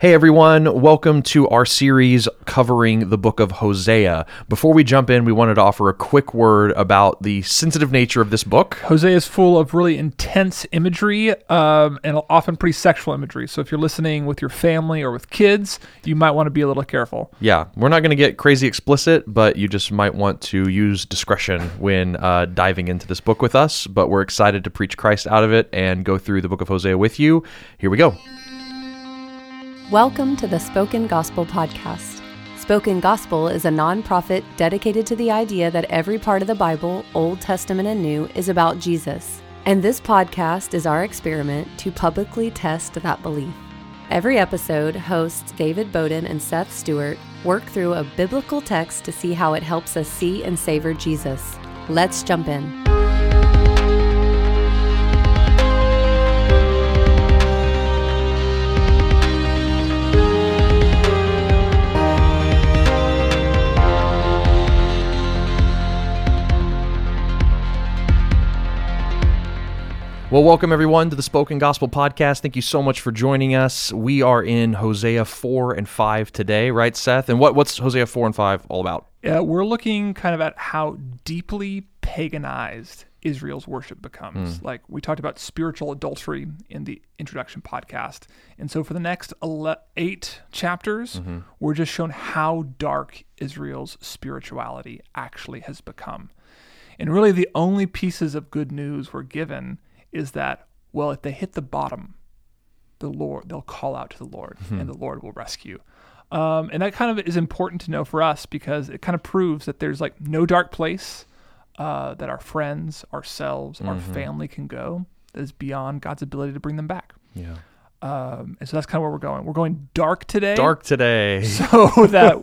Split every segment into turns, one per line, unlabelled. Hey everyone, welcome to our series covering the book of Hosea. Before we jump in, we wanted to offer a quick word about the sensitive nature of this book.
Hosea is full of really intense imagery um, and often pretty sexual imagery. So if you're listening with your family or with kids, you might want to be a little careful.
Yeah, we're not going to get crazy explicit, but you just might want to use discretion when uh, diving into this book with us. But we're excited to preach Christ out of it and go through the book of Hosea with you. Here we go.
Welcome to the Spoken Gospel Podcast. Spoken Gospel is a nonprofit dedicated to the idea that every part of the Bible, Old Testament and New, is about Jesus. And this podcast is our experiment to publicly test that belief. Every episode, hosts David Bowden and Seth Stewart work through a biblical text to see how it helps us see and savor Jesus. Let's jump in.
Well, welcome everyone to the Spoken Gospel Podcast. Thank you so much for joining us. We are in Hosea 4 and 5 today, right, Seth? And what, what's Hosea 4 and 5 all about?
Uh, we're looking kind of at how deeply paganized Israel's worship becomes. Like we talked about spiritual adultery in the introduction podcast. And so for the next ele- eight chapters, we're just shown how dark Israel's spirituality actually has become. And really, the only pieces of good news we're given is that, well, if they hit the bottom, the Lord, they'll call out to the Lord,
Mm-hmm.
and the Lord will rescue. Um, and that kind of is important to know for us because it kind of proves that there's like no dark place uh, that our friends, ourselves, our
Mm-hmm.
family can go that is beyond God's ability to bring them back.
Yeah.
Um, and so that's kind of where we're going. We're going dark today,
Dark today.
so that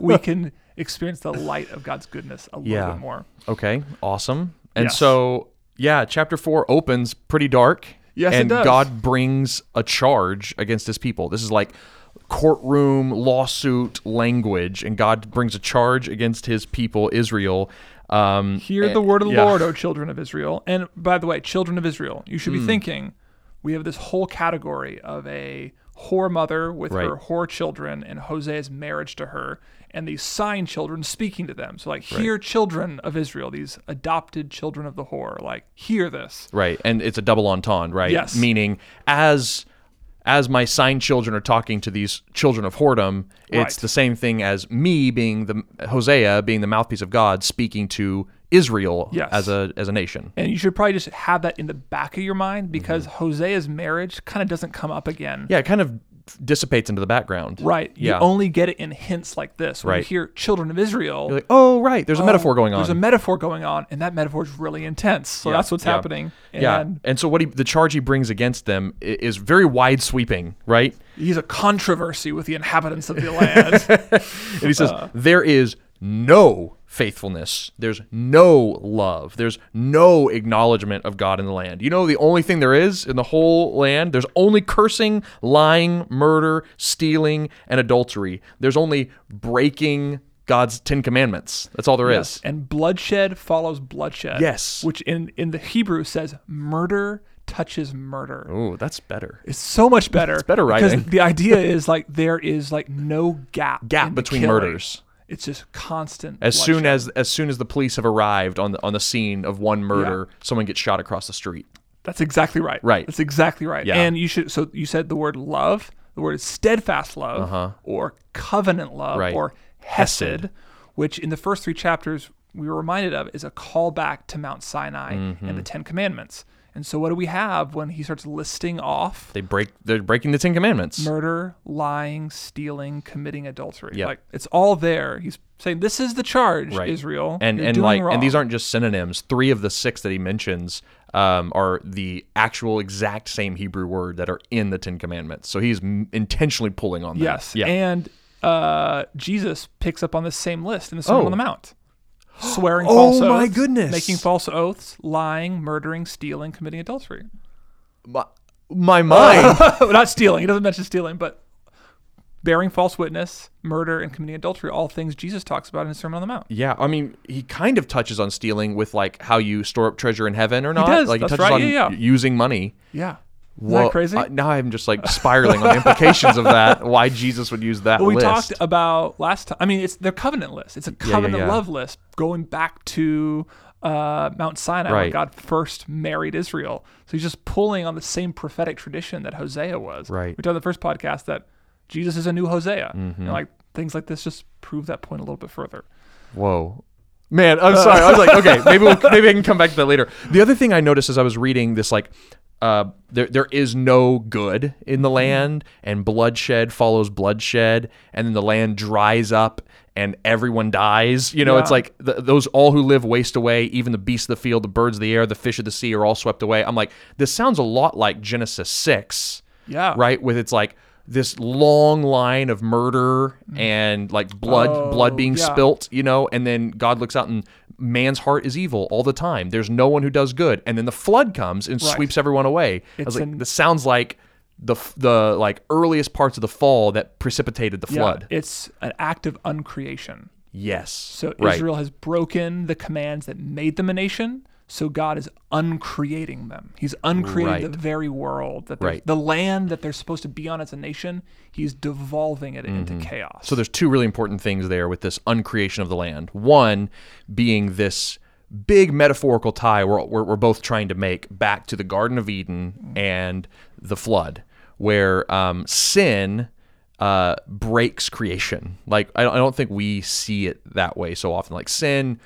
we can experience the light of God's goodness a little
Yeah.
bit more.
Okay, awesome. And
Yes.
so, yeah, chapter four opens pretty dark.
Yes, it
and
does.
God brings a charge against his people. This is like courtroom lawsuit language, and God brings a charge against his people, Israel. Um,
Hear the word of the
yeah.
Lord, O children of Israel. And by the way, children of Israel, you
Hmm.
should be thinking we have this whole category of a whore mother with her
Right.
whore children and Hosea's marriage to her and these sign children speaking to them. So, like, hear children of Israel, these adopted children of the whore, like, hear this.
right, and it's a double entendre, right?
Yes.
Meaning, as as my sign children are talking to these children of whoredom, it's
Right.
the same thing as me being the Hosea being the mouthpiece of God speaking to Israel
Yes.
as a as a nation.
And you should probably just have that in the back of your mind because Hosea's marriage kind of doesn't come up again.
Mm-hmm. Yeah, it kind of dissipates into the background.
Right.
Yeah.
You only get it in hints like this. When you
Right.
hear children of Israel,
You're like, oh, right. There's a metaphor going on.
um, There's a metaphor going on, and that metaphor is really intense. So that's what's
yeah.
happening. And
yeah. And so what he, the charge he brings against them i- is very wide sweeping, right?
he's a controversy with the inhabitants of the land.
And he says there is no faithfulness. There's no love. There's no acknowledgement of God in the land. You know, the only thing there is in the whole land, there's only cursing, lying, murder, stealing, and adultery. There's only breaking God's 10 commandments. That's all there is.
and bloodshed follows bloodshed.
Yes.
Which in, in the Hebrew says murder touches murder.
Oh, that's better.
It's so much better. It's
better writing.
Because the idea is like there is like no gap.
Gap
in the
between
killing.
murders.
It's just constant.
As soon
bloodshed.
as as soon as the police have arrived on the on the scene of one murder, someone gets shot across the street.
That's exactly right.
Right.
That's exactly right.
Yeah.
And you should. So you said the word love. The word is steadfast love, or covenant love,
Uh-huh. Right.
or hesed, which in the first three chapters we were reminded of is a callback to Mount Sinai and
Mm-hmm.
the Ten Commandments. And so what do we have when he starts listing off
They break they're breaking the Ten Commandments.
murder, lying, stealing, committing adultery?
Yep.
Like it's all there. He's saying this is the charge,
right.
Israel,
And
You're
and
doing
like
wrong."
and these aren't just synonyms. Three of the six that he mentions um, are the actual exact same Hebrew word that are in the Ten Commandments. So he's m- intentionally pulling on that.
Yes.
Yeah.
And uh, Jesus picks up on the same list in the Sermon
Oh.
on the Mount. Swearing
Oh
false oaths.
my goodness.
Making false oaths, lying, murdering, stealing, committing adultery.
my,
Oh.
my mind.
Not stealing. He doesn't mention stealing, but bearing false witness, murder, and committing adultery, all things Jesus talks about in his Sermon on the Mount.
yeah. I mean, he kind of touches on stealing with like how you store up treasure in heaven or not.
does,
Like
that's
he touches
right,
on
yeah, yeah.
using money.
Yeah.
Whoa.
crazy?
I- now I'm just like spiraling on the implications of that. Why Jesus would use that
Well, we
list?
talked about last time. I mean, it's their covenant list. It's a
yeah,
covenant
yeah.
love list going back to uh, Mount Sinai,
Right.
when God first married Israel. So he's just pulling on the same prophetic tradition that Hosea was.
Right. Mm-hmm.
We talked in the first podcast that Jesus is a new Hosea, and like things like this just prove that point a little bit further.
Whoa. Man, I'm sorry. I was like, okay, maybe we'll, maybe I can come back to that later. The other thing I noticed as I was reading this, like, uh, there there is no good in the land, and bloodshed follows bloodshed, and then the land dries up, and everyone dies. You know, it's
Yeah.
like th- those all who live waste away. Even the beasts of the field, the birds of the air, the fish of the sea are all swept away. I'm like, this sounds a lot like Genesis six
Yeah.
right with its like this long line of murder and like blood
Mm. Oh,
blood being
yeah.
spilt you know and then god looks out and man's heart is evil all the time there's no one who does good and then the flood comes and
Right.
sweeps everyone away i was
It's
like
an-
this sounds like the f- the like earliest parts of the fall that precipitated the
Yeah.
flood
It's an act of uncreation.
yes
So
right
Israel has broken the commands that made them a nation. So God is uncreating them. He's uncreating
Right.
the very world that they're-
Right.
the land that they're supposed to be on as a nation. He's devolving it into chaos.
Mm-hmm. So there's two really important things there with this uncreation of the land. One being this big metaphorical tie we're, we're, we're both trying to make back to the Garden of Eden and the flood, where um, sin uh, breaks creation. Like, I don't, I don't think we see it that way so often. Like, sin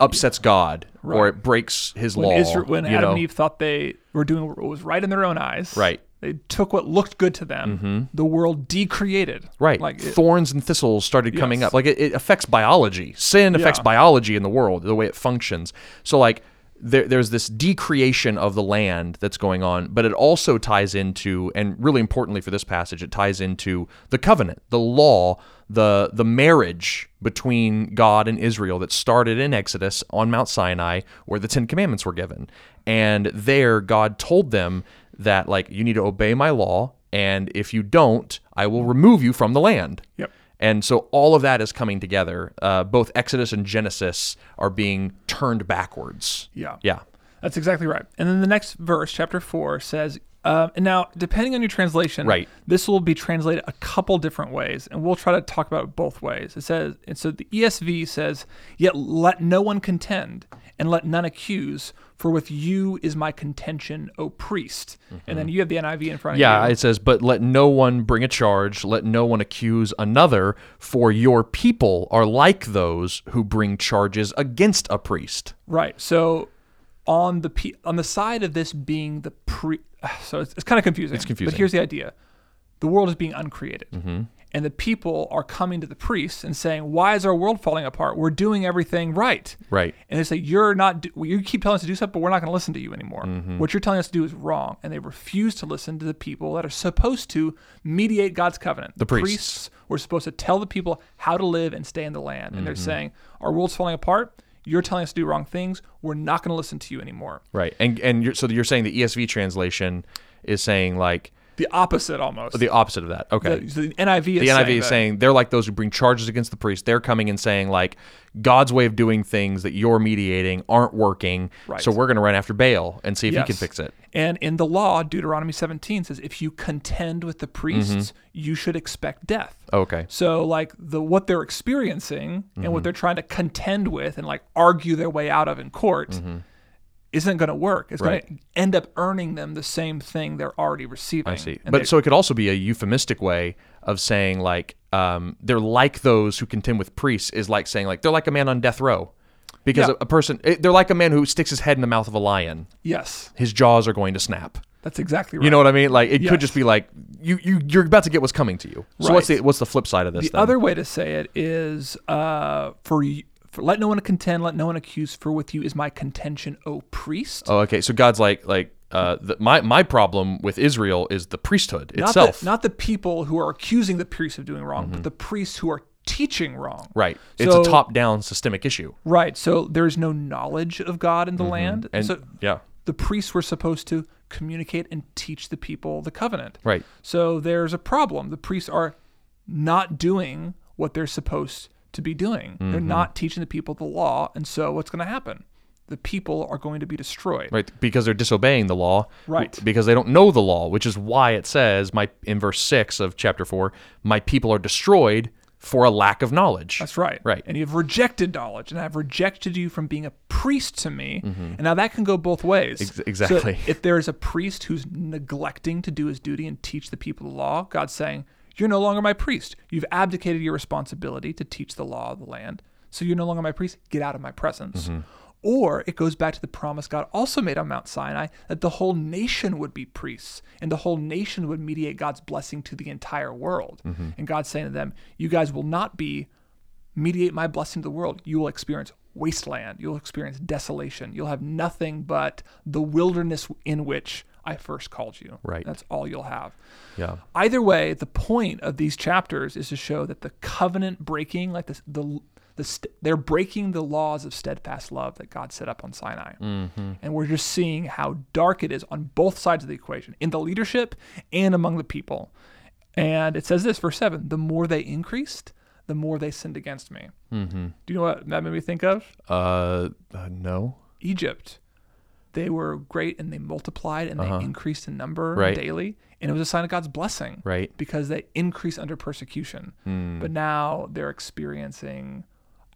upsets God or it breaks his
when
law.
Israel, when
you
Adam
know?
and Eve thought they were doing what was right in their own eyes,
Right. Mm-hmm.
They took what looked good to them. The world decreated.
Right.
Like it-
Thorns and thistles started coming
Yes.
up. Like it, it affects biology. Sin affects
Yeah.
biology in the world, the way it functions. So like there, there's this decreation of the land that's going on, but it also ties into, and really importantly for this passage, it ties into the covenant, the law, the the marriage between God and Israel that started in Exodus on Mount Sinai, where the Ten Commandments were given. And there God told them that like you need to obey my law and if you don't, I will remove you from the land.
Yep.
And so all of that is coming together. Uh, both Exodus and Genesis are being turned backwards.
yeah.
Yeah.
That's exactly right. And then the next verse, chapter four, says, uh, and now depending on your translation,
Right.
this will be translated a couple different ways, and we'll try to talk about it both ways. It says, and so the ESV says, yet let no one contend, and let none accuse, for with you is my contention, O priest. And then you have the NIV in front
Mm-hmm. Yeah,
of you.
it says, but let no one bring a charge, let no one accuse another, for your people are like those who bring charges against a priest.
Right. So on the pe- on the side of this being the pre, so it's, it's kind of confusing. It's
confusing.
But here's the idea: the world is being uncreated, and the people are coming to the priests and saying, "Why is our world falling apart? We're doing everything right."
Right.
And they say, "You're not. Do- you keep telling us to do stuff, but we're not going to listen to you anymore.
Mm-hmm.
What you're telling us to do is wrong." And they refuse to listen to the people that are supposed to mediate God's covenant. The
priests.
were supposed to tell the people how to live and stay in the land, and they're
Mm-hmm.
saying, "Our world's falling apart. You're telling us to do wrong things. We're not going to listen to you anymore."
Right. And and you're, so you're saying the ESV translation is saying like
The opposite, almost.
the opposite of that. Okay.
the, the NIV is
the NIV
saying
is
that-
saying they're like those who bring charges against the priest. They're coming and saying like God's way of doing things that you're mediating aren't working.
Right.
So we're going to run after Baal and see if he can
Yes.
fix it.
And in the law, Deuteronomy 17 says, if you contend with the priests,
Mm-hmm.
you should expect death.
Okay.
So like the what they're experiencing and
Mm-hmm.
what they're trying to contend with and like argue their way out of in court isn't going to work. It's
Mm-hmm. Right.
going to end up earning them the same thing they're already receiving.
I see.
And
But
they-
so it could also be a euphemistic way of saying like um, they're like those who contend with priests is like saying like they're like a man on death row because
Yeah.
a, a person it, they're like a man who sticks his head in the mouth of a lion.
yes,
His jaws are going to snap.
that's exactly right.
You know what I mean? Like it could
Yes.
just be like you you you're about to get what's coming to you. So what's
Right.
the what's the flip side of this?
the
then?
other way to say it is uh, for, y- for let no one contend, let no one accuse, for with you is my contention, O priest.
Oh, okay. So God's like, like, uh, the, my my problem with Israel is the priesthood
not
itself. Mm-hmm.
The, not the people who are accusing the priests of doing wrong, but the priests who are teaching wrong.
right. It's a
So-
top-down systemic issue.
Right. So there is no knowledge of God in the land.
Mm-hmm. And
so
yeah,
the priests were supposed to communicate and teach the people the covenant.
right.
So there's a problem. The priests are not doing what they're supposed to be doing. They're not teaching the people the law, and so what's going to happen? the people are going to be destroyed.
right? Because they're disobeying the law,
Right.
Because they don't know the law, which is why it says my in verse six of chapter four, my people are destroyed for a lack of knowledge.
That's right.
Right.
And you've rejected knowledge, and I've rejected you from being a priest to me. And now that can go both ways.
Mm-hmm. Ex- exactly.
So if there is a priest who's neglecting to do his duty and teach the people the law, God's saying, You're no longer my priest. You've abdicated your responsibility to teach the law of the land. So you're no longer my priest. Get out of my presence.
Mm-hmm.
Or it goes back to the promise God also made on Mount Sinai that the whole nation would be priests and the whole nation would mediate God's blessing to the entire world.
Mm-hmm.
And God's saying to them, You guys will not be mediate my blessing to the world, you will experience wasteland. You'll experience desolation. You'll have nothing but the wilderness in which I first called you.
Right.
That's all you'll have.
Yeah.
Either way, the point of these chapters is to show that the covenant breaking, like the the, the st- they're breaking the laws of steadfast love that God set up on Sinai, and we're just seeing how dark it is on both sides of the equation, in the leadership and among the people. And it says this, verse seven: the more they increased, the more they sinned against me. Do you know what that made me think of?
Uh, uh, no.
Egypt. They were great and they multiplied and they increased in number
Uh-huh. Right.
daily. And it was a sign of God's blessing.
Right. Hmm.
Because they increase under persecution. But now they're experiencing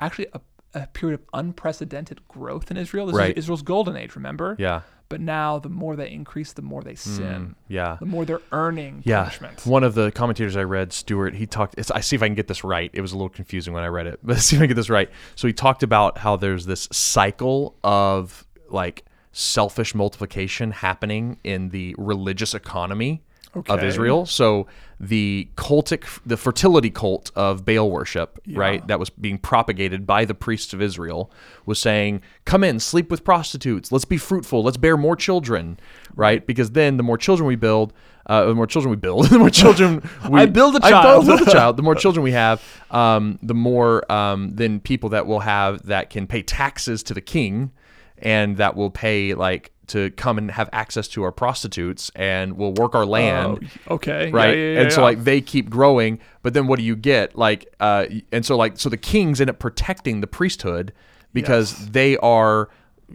actually a, a period of unprecedented growth in Israel. This
Right.
is Israel's golden age, remember?
Yeah.
But now the more they increase, the more they sin.
Yeah.
The more they're earning
Yeah.
punishment.
One of the commentators I read, Stewart, he talked. It's, I see if I can get this right. It was a little confusing when I read it, but see if I can get this right. So he talked about how there's this cycle of like selfish multiplication happening in the religious economy of
Okay.
Israel. So the cultic, the fertility cult of Baal worship, right, that was being propagated by the priests of Israel, was saying, "Come in, sleep with prostitutes. Let's be fruitful. Let's bear more children, right? Because then the more children we build, uh, the more children we build, the more children we
I build a
I
child.
build a child. The more children we have, um, the more um, then people that will have that can pay taxes to the king, and that will pay like." To come and have access to our prostitutes, and will work our land,
Oh, okay. Yeah,
right?
yeah, yeah,
and so
yeah.
like they keep growing, but then what do you get? Like, uh, and so like so the kings end up protecting the priesthood because they are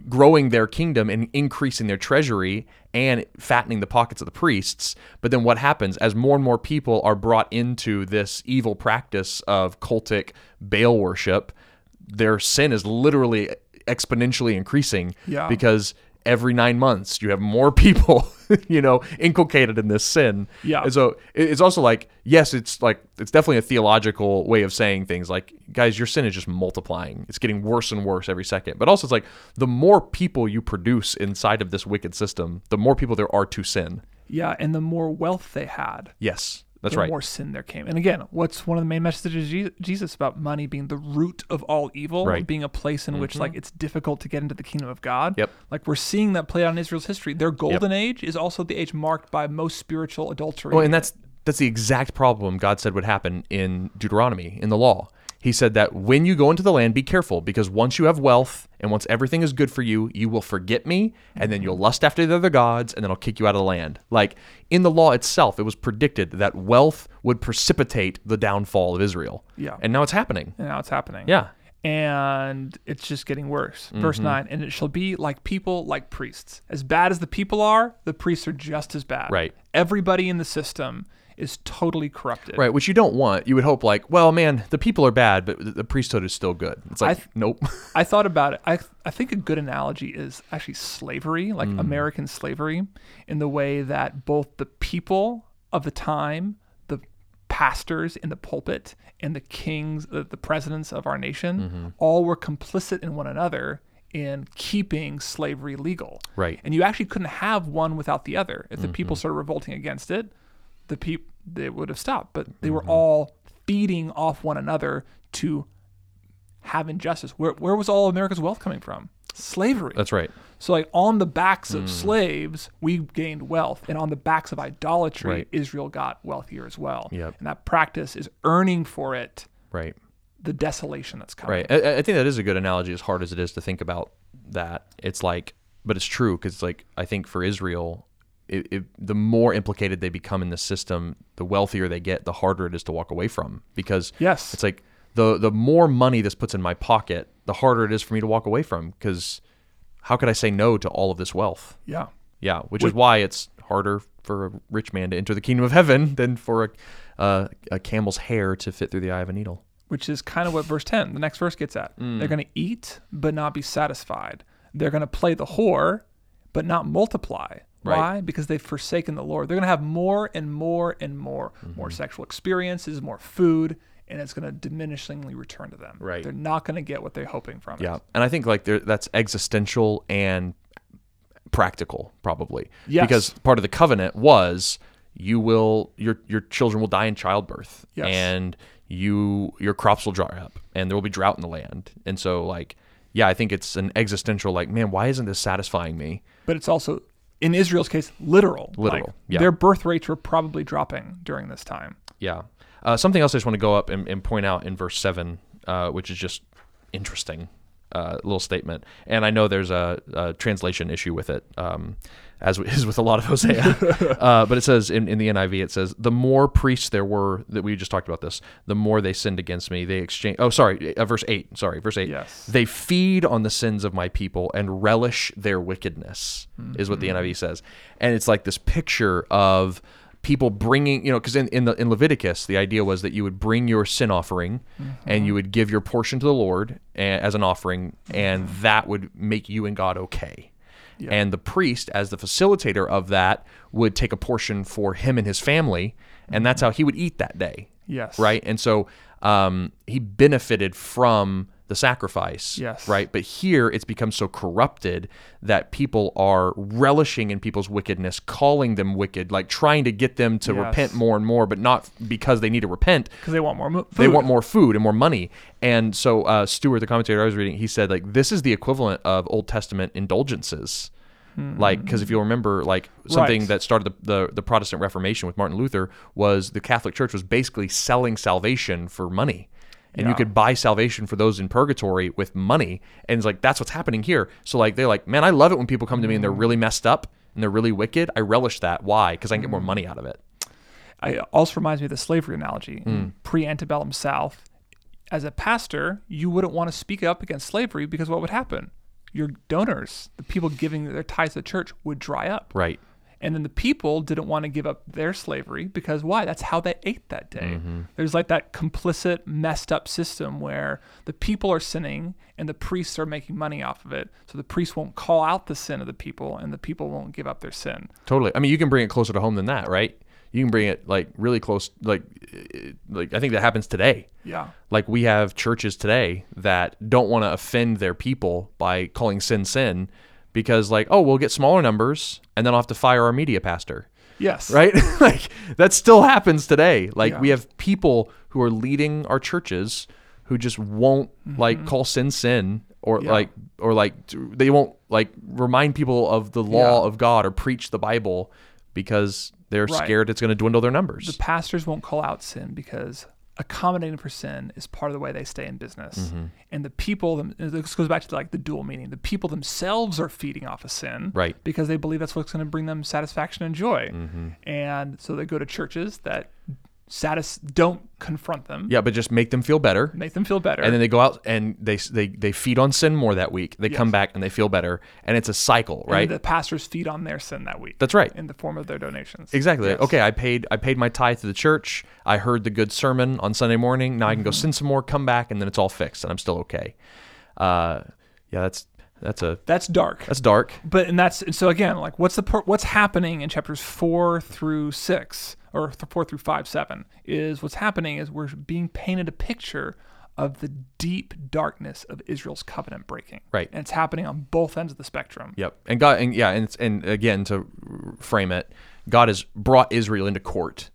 growing their kingdom and increasing their treasury and fattening the pockets of the priests. But then what happens as more and more people are brought into this evil practice of cultic Baal worship? Their sin is literally exponentially increasing
Yeah.
because because every nine months you have more people, you know, inculcated in this sin.
Yeah.
And so it- it's also like, yes, it's like, it's definitely a theological way of saying things like, guys, your sin is just multiplying. It's getting worse and worse every second. But also, it's like the more people you produce inside of this wicked system, the more people there are to sin.
yeah. And the more wealth they had,
Yes. That's
the
right.
more sin there came. And again, what's one of the main messages of Je- Jesus about money being the root of all evil,
Right. Mm-hmm.
being a place in which like it's difficult to get into the kingdom of God.
Yep.
Like we're seeing that play out in Israel's history. Their golden age is also the age marked by most spiritual adultery.
Well, Oh, and that's that's the exact problem God said would happen in Deuteronomy in the law. He said that when you go into the land, be careful because once you have wealth and once everything is good for you, you will forget me and then you'll lust after the other gods and then I'll kick you out of the land. Like in the law itself, it was predicted that wealth would precipitate the downfall of Israel.
Yeah.
And now it's happening.
and now it's happening.
Yeah. Mm-hmm.
And it's just getting worse. Verse 9, and it shall be like people, like priests. As bad as the people are, the priests are just as bad.
Right.
Everybody in the system is totally corrupted.
Right, which you don't want. You would hope, like, well, man, the people are bad, but the- the priesthood is still good. It's like,
th-
nope.
I thought about it. I I think a good analogy is actually slavery, like American slavery, in the way that both the people of the time, the pastors in the pulpit, and the kings, the, the presidents of our nation, all were complicit in one another in keeping slavery legal.
Right.
And you actually couldn't have one without the other. If the people started revolting against it, the people they would have stopped. But they
Mm-hmm.
were all feeding off one another to have injustice. Where where was all America's wealth coming from? Slavery.
That's Mm. right.
so like on the backs of slaves, we gained wealth, and on the backs of idolatry,
Right.
Israel got wealthier as well.
Yep.
And that practice is earning for it
Right.
the desolation that's coming.
Right. I, I- I think that is a good analogy, as hard as it is to think about that. It's like, but it's true because, like, I think for Israel, it, it, the more implicated they become in the system, the wealthier they get, the harder it is to walk away from. Because
Yes.
it's like the the more money this puts in my pocket, the harder it is for me to walk away from. Because how could I say no to all of this wealth?
Yeah.
Yeah, which is why it's harder for a rich man to enter the kingdom of heaven than for a, uh, a camel's hair to fit through the eye of a needle.
Which is kind of what verse 10, the next verse gets at.
Mm.
They're going to eat, but not be satisfied. They're going to play the whore, but not multiply.
Right.
Why? Because they've forsaken the Lord. They're going to have more and more and more,
Mm-hmm.
more sexual experiences, more food, and it's going to diminishingly return to them.
Right.
They're not going to get what they're hoping from
Yeah,
it.
and I think like there, that's existential and practical probably
Yes.
because part of the covenant was you will your your children will die in childbirth
Yes.
and you your crops will dry up and there will be drought in the land and so like yeah i think it's an existential like man why isn't this satisfying me
But it's also, in Israel's case, literal.
Literal, yeah.
Their birth rates were probably dropping during this time.
Yeah. Uh, something else I just want to go up and, and point out in verse 7, uh, which is just interesting uh, little statement. And I know there's a, a translation issue with it, um, as is with a lot of Hosea. uh, but it says in, in the NIV, it says, The more priests there were, that we just talked about this, the more they sinned against me. They exchange. Oh, sorry. Uh, verse 8. Sorry. Verse 8.
Yes.
They feed on the sins of my people and relish their wickedness, is what the NIV says. And it's like this picture of people bringing, you know, because in, in, the, in Leviticus, the idea was that you would bring your sin offering and you would give your portion to the Lord a- as an offering, and that would make you and God okay. And the priest, as the facilitator of that, would take a portion for him and his family, and that's how he would eat that day
Yes.
right? And so um, he benefited from the sacrifice,
Yes.
right? But here it's become so corrupted that people are relishing in people's wickedness, calling them wicked, like trying to get them to
Yes.
repent more and more, but not because they need to repent.
Because they want more mo- food.
They want more food and more money. And so uh, Stewart, the commentator I was reading, he said like this is the equivalent of Old Testament indulgences. Like, because if you'll remember, like something
Hmm. Right.
that started the, the the Protestant Reformation with Martin Luther was the Catholic Church was basically selling salvation for money, and you
Yeah.
could buy salvation for those in purgatory with money. And it's like that's what's happening here. So like they're like, man, I love it when people come to me and
Hmm.
they're really messed up and they're really wicked. I relish that. Why? Because I can get
Hmm.
more money out of it.
I also reminds me of the slavery analogy pre antebellum South. As a pastor, you wouldn't want to speak up against slavery because what would happen? Your donors, the people giving their tithes to the church, would dry up.
Right.
And then the people didn't want to give up their slavery because why? That's how they ate that day. There's like that complicit, messed up system where the people are sinning and the priests are making money off of it. So the priests won't call out the sin of the people and the people won't give up their sin.
Totally. I mean, you can bring it closer to home than that, right? You can bring it like really close. Like, eh, like I think that happens today.
Yeah.
Like we have churches today that don't want to offend their people by calling sin sin, because like, oh, we'll get smaller numbers and then I'll have to fire our media pastor,
Yes.
right? like that still happens today. Like
Yeah.
we have people who are leading our churches who just won't like call sin sin or
Mm-hmm. Yeah.
like or like t- they won't like remind people of the law
Yeah.
of God or preach the Bible because they're
Right.
scared it's going to dwindle their numbers.
the pastors won't call out sin because accommodating for sin is part of the way they stay in business
Mm-hmm.
and the people them this goes back to like the dual meaning the people themselves are feeding off of sin
Right. Mm-hmm.
because they believe that's what's going to bring them satisfaction and joy and so they go to churches that satis- don't confront them
yeah, but just make them feel better.
make them feel better
And then they go out and they they they feed on sin more that week. They come back and they feel better, and it's a cycle,
And
right?
the pastors feed on their sin that week
That's right.
in the form of their donations
Exactly.
Yes.
Okay, I paid I paid my tithe to the church. I heard the good sermon on Sunday morning. Now I can go sin some more, come back, and then it's all fixed, and I'm still okay. Uh, yeah, that's that's a
that's dark
that's dark.
but and that's and so again like what's the per- what's happening in chapters four through six or th- four through five seven is what's happening is we're being painted a picture of the deep darkness of Israel's covenant breaking
Right.
and it's happening on both ends of the spectrum
Yep. And God and yeah, and it's- and again to frame it, God has brought Israel into court.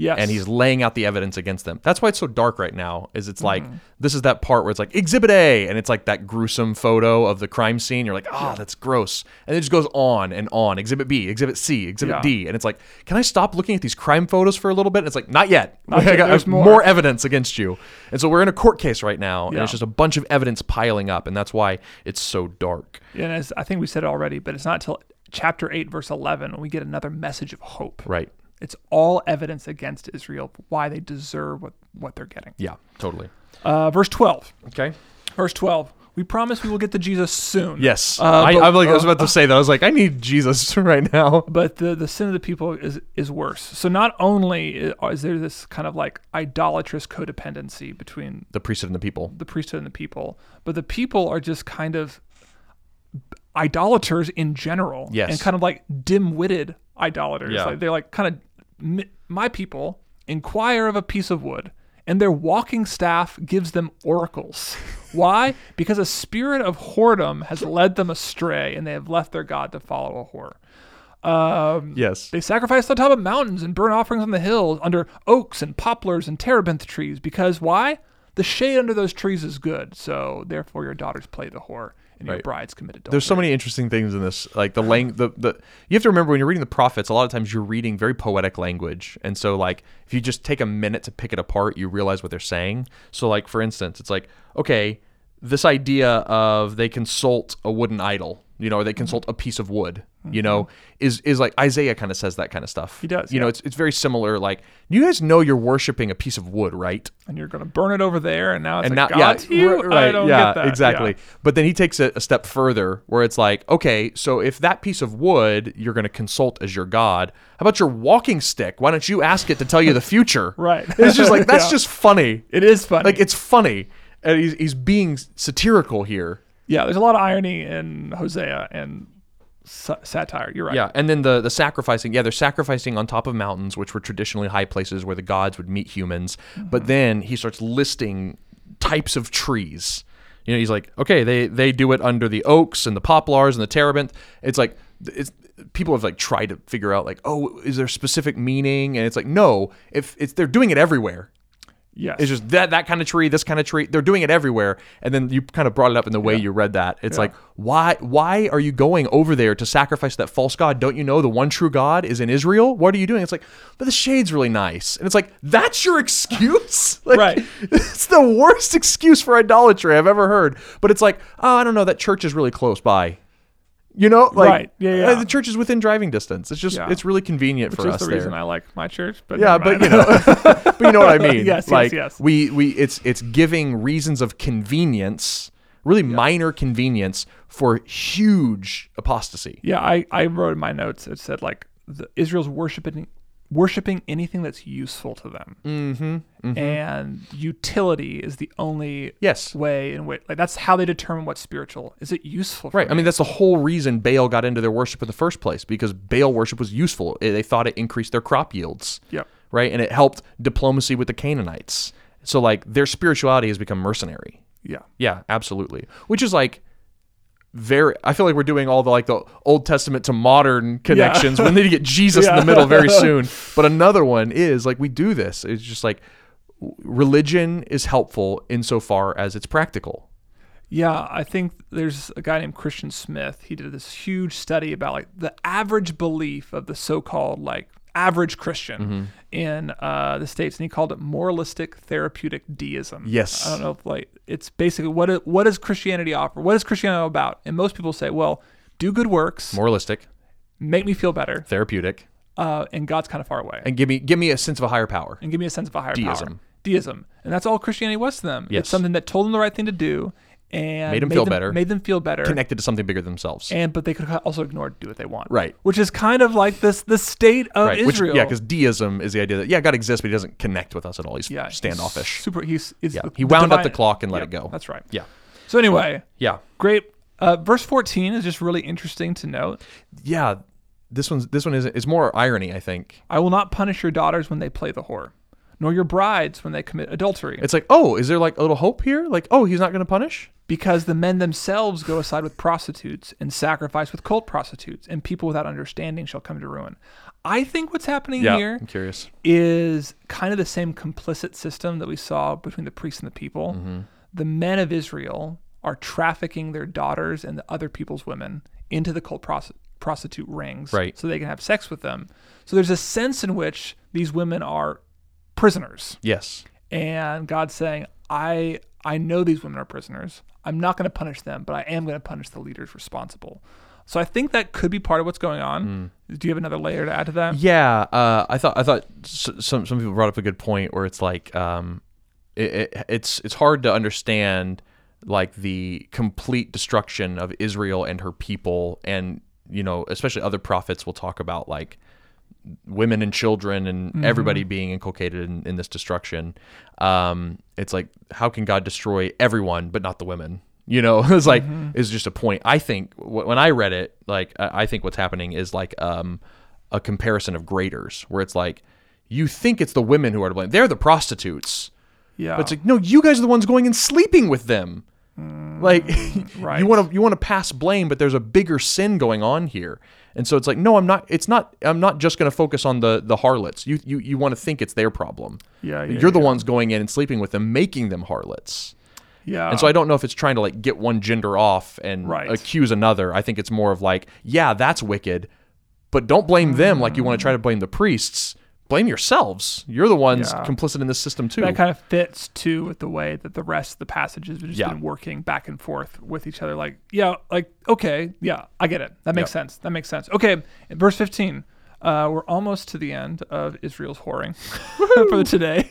yes
and he's laying out the evidence against them. That's why it's so dark right now. Is it's
Mm-hmm.
like this is that part where it's like Exhibit A, and it's like that gruesome photo of the crime scene. You're like, ah, that's gross, and it just goes on and on. Exhibit B, Exhibit C, Exhibit
Yeah.
D, and it's like, can I stop looking at these crime photos for a little bit? And it's like, not yet.
Not
I
yet.
got I
There's
have
more.
more evidence against you, and so we're in a court case right now, and
Yeah.
it's just a bunch of evidence piling up, and that's why it's so dark.
and as I think we said it already but it's not till chapter 8 verse 11 when we get another message of hope
Right.
it's all evidence against Israel why they deserve what what they're getting
Yeah. Totally.
uh, verse 12
Okay.
Verse 12 We promise we will get to Jesus soon.
Yes,
Uh,
I,
but-
I, like, I was
uh,
about to say that. I was like, I need Jesus right now.
but the, the sin of the people is is worse. So not only i- is there this kind of like idolatrous codependency between
The priesthood and the people.
the priesthood and the people, but the people are just kind of idolaters in general,
Yes.
and kind of like dim-witted idolaters.
Yeah.
Like they're like kind of my people inquire of a piece of wood, and their walking staff gives them oracles. Why? Because a spirit of whoredom has led them astray, and they have left their god to follow a whore.
Yes,
They sacrifice on top of mountains and burn offerings on the hills under oaks and poplars and terebinth trees because why? The shade under those trees is good. So therefore, your daughters play the whore and your
Right.
brides commit adultery.
there's so many interesting things in this. Like the lang, the, the you have to remember when you're reading the prophets, a lot of times you're reading very poetic language, and so like if you just take a minute to pick it apart, you realize what they're saying. So like for instance, it's like okay, this idea of they consult a wooden idol, you know, or they consult a piece of wood, you know, is is like Isaiah kind of says that kind of stuff. He
Mm-hmm. does,
You know,
yeah.
it's it's very similar. Like you guys know you're worshiping a piece of wood, right?
and you're going to burn it over there, and now it's
and
like,
not yeah,
God's you?
ri-
I don't
yeah,
get that.
exactly.
Yeah.
But then he takes it a step further, where it's like, okay, so if that piece of wood you're going to consult as your god, how about your walking stick? Why don't you ask it to tell you the future?
Right.
It's just like that's
Yeah.
just funny.
It is funny.
Like it's funny, and he's he's being satirical here.
yeah, there's a lot of irony in Hosea and sa- satire. You're right.
Yeah, and then the the sacrificing. Yeah, they're sacrificing on top of mountains, which were traditionally high places where the gods would meet humans. But then he starts listing types of trees. You know, he's like, okay, they they do it under the oaks and the poplars and the terebinth. It's like it's people have like tried to figure out like, oh, is there specific meaning? And it's like, no, if it's they're doing it everywhere.
Yes.
It's just that that kind of tree, this kind of tree. They're doing it everywhere. And then you kind of brought it up in the way you read that. It's like, why why are you going over there to sacrifice that false god? Don't you know the one true God is in Israel? What are you doing? It's like, but the shade's really nice. And it's like, that's your excuse? Like,
Right.
It's the worst excuse for idolatry I've ever heard. But it's like, oh, I don't know, that church is really close by. You know, like
Right. Yeah, yeah.
uh, the church is within driving distance. It's just
Yeah.
it's really convenient
which
for
is
us
the
there.
reason I like my church. But
Yeah,
never
but
mind.
you know, but you know what I mean.
Yes, yes,
like,
yes.
We we it's it's giving reasons of convenience, really minor convenience for huge apostasy.
Yeah, I, I wrote in my notes. It said like the, Israel's worshiping worshiping anything that's useful to them, mm-hmm, and utility is the only
Yes.
way in which like that's how they determine what's spiritual. Is it useful? For
Right. I
me?
mean, that's the whole reason Baal got into their worship in the first place because Baal worship was useful. Eh, They thought it increased their crop yields.
Yep.
Right, and it helped diplomacy with the Canaanites. So like their spirituality has become mercenary.
yeah,
Yeah, absolutely. Which is like very I feel like we're doing all the like the Old Testament to modern connections. we need to get Jesus in
Yeah.
the middle very soon. But another one is like we do this. It's just like w- religion is helpful insofar as it's practical.
yeah. I think there's a guy named Christian Smith. He did this huge study about like the average belief of the so-called like average Christian
Mm-hmm.
in uh, the states, and he called it moralistic therapeutic deism.
Yes.
I don't know if like it's basically what it- what does Christianity offer? What is Christianity all about? And most people say, well, do good works,
Moralistic,
make me feel better,
therapeutic,
uh, and God's kind of far away,
and give me give me a sense of a higher power.
and give me a sense of a higher
Deism.
power. Deism, and that's all Christianity was to them.
Yes.
It's something that told them the right thing to do, and
Made 'em feel better.
made them feel better,
Connected to something bigger than themselves.
and but they could also ignore it, do what they want,
Right.
Which is kind of like this the state of
right. Which
Israel.
yeah, because deism is the idea that yeah, God exists, but he doesn't connect with us at all. He's
Yeah, he's
standoffish.
Super. He's, he's
Yeah.
the-
He
the
wound up the
divine-
clock and let
Yeah,
it go.
That's right.
Yeah.
So anyway,
Yeah.
great. Uh, verse 14 is just really interesting to note.
Yeah. This one's this one is it's more irony, I think.
I will not punish your daughters when they play the whore, nor your brides when they commit adultery,
It's like, oh, is there like a little hope here? Like, oh, he's not going to punish?
because the men themselves go aside with prostitutes and sacrifice with cult prostitutes, and people without understanding shall come to ruin. I think what's happening here
I'm curious.
is kind of the same complicit system that we saw between the priests and the people.
Mm-hmm.
The men of Israel are trafficking their daughters and the other people's women into the cult pros- prostitute rings
Right.
so they can have sex with them. So there's a sense in which these women are prisoners.
Yes.
And God's saying, I I know these women are prisoners. I'm not going to punish them, but I am going to punish the leaders responsible. So I think that could be part of what's going on.
Mm.
Do you have another layer to add to that?
Yeah, uh, I thought I thought s- some some people brought up a good point where it's like um, it, it, it's it's hard to understand like the complete destruction of Israel and her people and you know especially other prophets will talk about like women and children and everybody being inculcated in, in this destruction um it's like how can God destroy everyone but not the women you know it's like it's just a point I think wh- when I read it like I I think what's happening is like um a comparison of graders where it's like you think it's the women who are to blame they're the prostitutes
Yeah.
but it's like, no, you guys are the ones going and sleeping with them. like
Mm, right.
you want to you want to pass blame, but there's a bigger sin going on here. And so it's like, no, I'm not it's not I'm not just going to focus on the the harlots. You you you want to think it's their problem.
Yeah, yeah,
You're the ones going in and sleeping with them, making them harlots.
yeah.
And so I don't know if it's trying to like get one gender off and
Oh. Right.
accuse another. I think it's more of like, yeah, that's wicked, but don't blame them like you want to
Mm.
try to blame the priests. Blame yourselves. You're the ones
Yeah.
complicit in this system too.
that kind of fits too with the way that the rest of the passages have just
Yeah.
been working back and forth with each other. Like, yeah, like, okay, yeah, I get it. That makes
Yeah.
sense. That makes sense. Okay, in verse 15, uh, we're almost to the end of Israel's whoring for today.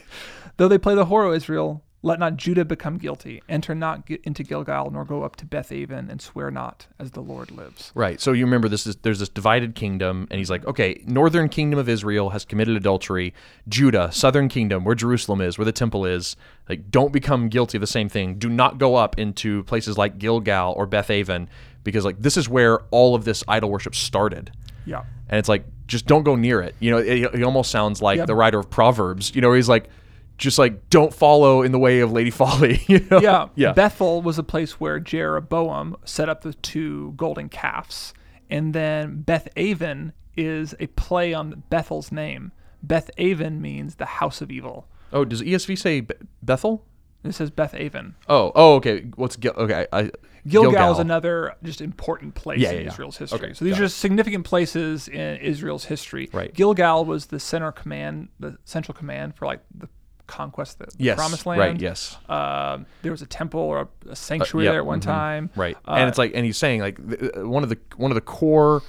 Though they play the whore, O Israel, let not Judah become guilty. Enter not gi- into Gilgal, nor go up to Beth Aven, and swear not as the Lord lives.
Right. So you remember this is there's this divided kingdom, and he's like, okay, northern kingdom of Israel has committed adultery. Judah, southern kingdom, where Jerusalem is, where the temple is, like don't become guilty of the same thing. Do not go up into places like Gilgal or Beth Aven, because like this is where all of this idol worship started.
Yeah.
And it's like, just don't go near it. You know, it, it almost sounds like
Yeah.
the writer of Proverbs. You know, he's like, just like don't follow in the way of Lady Folly. You know?
yeah,
Yeah.
Bethel was a place where Jeroboam set up the two golden calves, and then Beth Aven is a play on Bethel's name. Beth Aven means the house of evil.
Oh, does ESV say Be- Bethel?
This says Beth Aven.
Oh, oh, okay. What's Gil? Okay, I,
Gilgal, is another just important place
Yeah,
in
yeah, yeah.
Israel's history.
Okay,
so these
got
are just significant places in Israel's history.
Right.
Gilgal was the center command, the central command for like the conquest of the
Yes,
promised land.
right, yes. Uh,
Um, there was a temple or a, a sanctuary
yep, mm-hmm.
there at one time.
Right,
Uh,
and it's like, and he's saying like th- uh, one of the one of the core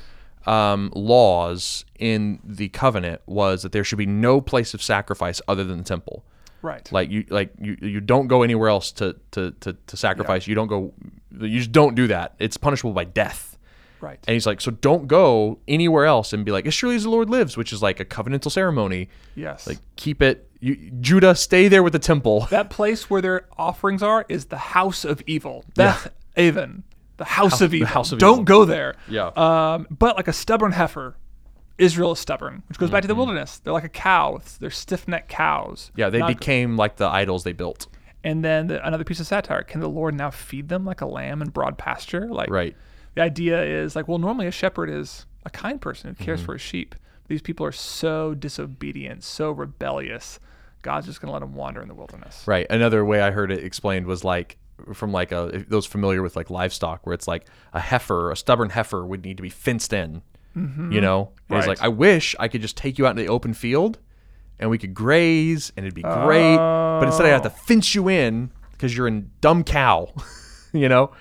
um, laws in the covenant was that there should be no place of sacrifice other than the temple.
right.
Like you, like you, you don't go anywhere else to to to, to sacrifice. You don't go. You just don't do that. It's punishable by death.
right.
And he's like, so don't go anywhere else and be like, as surely as the Lord lives, which is like a covenantal ceremony.
Yes.
Like keep it. You, Judah, stay there with the temple.
that place where their offerings are is the house of evil. Beth Avon. The house, of evil.
house of
Don't
evil.
go there.
Yeah.
Um, but like a stubborn heifer, Israel is stubborn, which goes back to the wilderness. They're like a cow. It's- They're stiff necked cows.
Mm-hmm. Yeah, they
Not-
became like the idols they built.
and then the, another piece of satire. Can the Lord now feed them like a lamb in broad pasture? Like
Right.
the idea is like, well, normally a shepherd is a kind person who
Mm-hmm.
cares for his sheep. These people are so disobedient, so rebellious. God's just going to let them wander in the wilderness.
Right. Another way I heard it explained was like from like a if those familiar with like livestock, where it's like a heifer, a stubborn heifer would need to be fenced in. You know, And it's
Mm-hmm. Right.
like I wish I could just take you out into the open field, and we could graze, and it'd be great. But instead, I have
Oh.
to fence you in because you're a dumb cow. you know,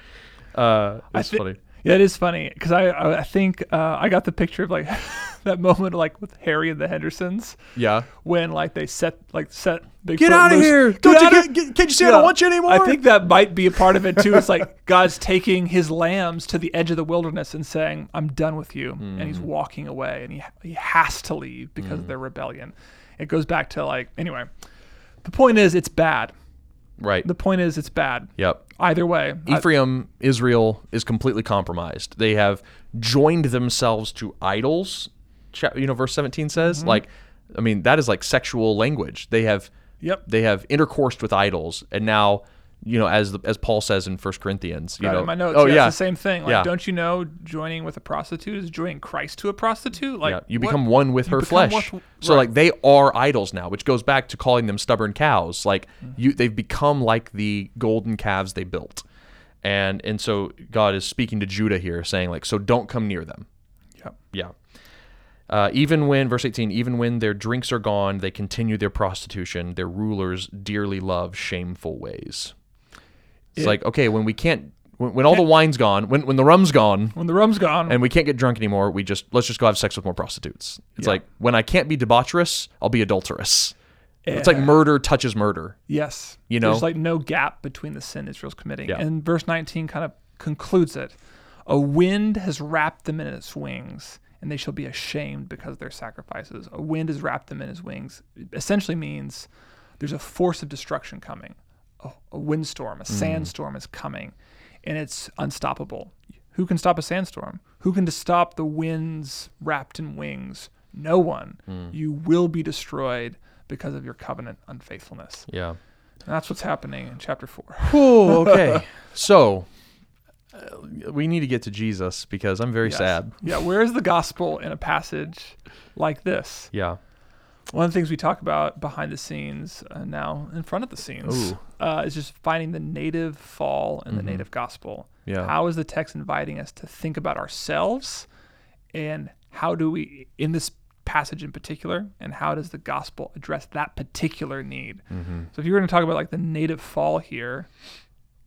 uh, it's
thi-
funny.
Yeah, it is funny because I, I I think uh, I got the picture of like that moment like with Harry and the Hendersons
Yeah.
when like they set like set they
Get
put
out of
loose-
here!
Get
Don't you
outta
get,
here!
get, can't you see I don't
Yeah.
want you anymore?
I think that might be a part of it too. It's like God's taking his lambs to the edge of the wilderness and saying, "I'm done with you," and
Mm.
he's walking away, and he he has to leave because of their rebellion. It goes back to like anyway. The point is, it's bad.
right.
The point is, it's bad.
yep.
Either way, I-
Ephraim, Israel is completely compromised. They have joined themselves to idols. cha- You know, verse seventeen says,
Mm-hmm.
like, I mean, that is like sexual language. They have,
Yep.
they have intercoursed with idols, and now, you know, as the, as Paul says in First Corinthians, you
Got it
know,
in my notes.
oh
yeah,
yeah,
it's the same thing. Like,
Yeah.
don't you know, joining with a prostitute is joining Christ to a prostitute. Like,
yeah, you
what-
become one with her
become
flesh.
one-
so
right.
like they are idols now, which goes back to calling them stubborn cows. Like
Mm-hmm.
you, they've become like the golden calves they built, and and so God is speaking to Judah here, saying like, so don't come near them.
Yep.
Yeah. Uh, even when, verse 18, even when their drinks are gone, they continue their prostitution. Their rulers dearly love shameful ways. It's like, okay, when we can't, when, when all the wine's gone, when, when the rum's gone,
When the rum's gone,
and we can't get drunk anymore, we just, let's just go have sex with more prostitutes. It's
Yeah.
like, when I can't be debaucherous, I'll be adulterous. It's like
Yeah.
murder touches murder.
Yes.
You know?
there's like no gap between the sin Israel's committing.
Yeah.
And verse 19 kind of concludes it. A wind has wrapped them in its wings, and they shall be ashamed because of their sacrifices. A wind has wrapped them in his wings. It essentially means there's a force of destruction coming. A, a windstorm, a
Mm-hmm.
sandstorm is coming, and it's unstoppable. Who can stop a sandstorm? Who can to stop the winds wrapped in wings? No one.
Mm.
You will be destroyed because of your covenant unfaithfulness.
Yeah.
And That's what's happening in chapter four.
Oh, okay. so uh, we need to get to Jesus because I'm very
Yes.
sad.
Yeah, where is the gospel in a passage like this?
Yeah.
One of the things we talk about behind the scenes uh, now, in front of the scenes,
Ooh. Mm-hmm.
uh, is just finding the native fall and the native gospel.
Yeah.
How is the text inviting us to think about ourselves, and how do we, in this passage in particular, and how does the gospel address that particular need?
Mm-hmm.
So, if you were going to talk about like the native fall here,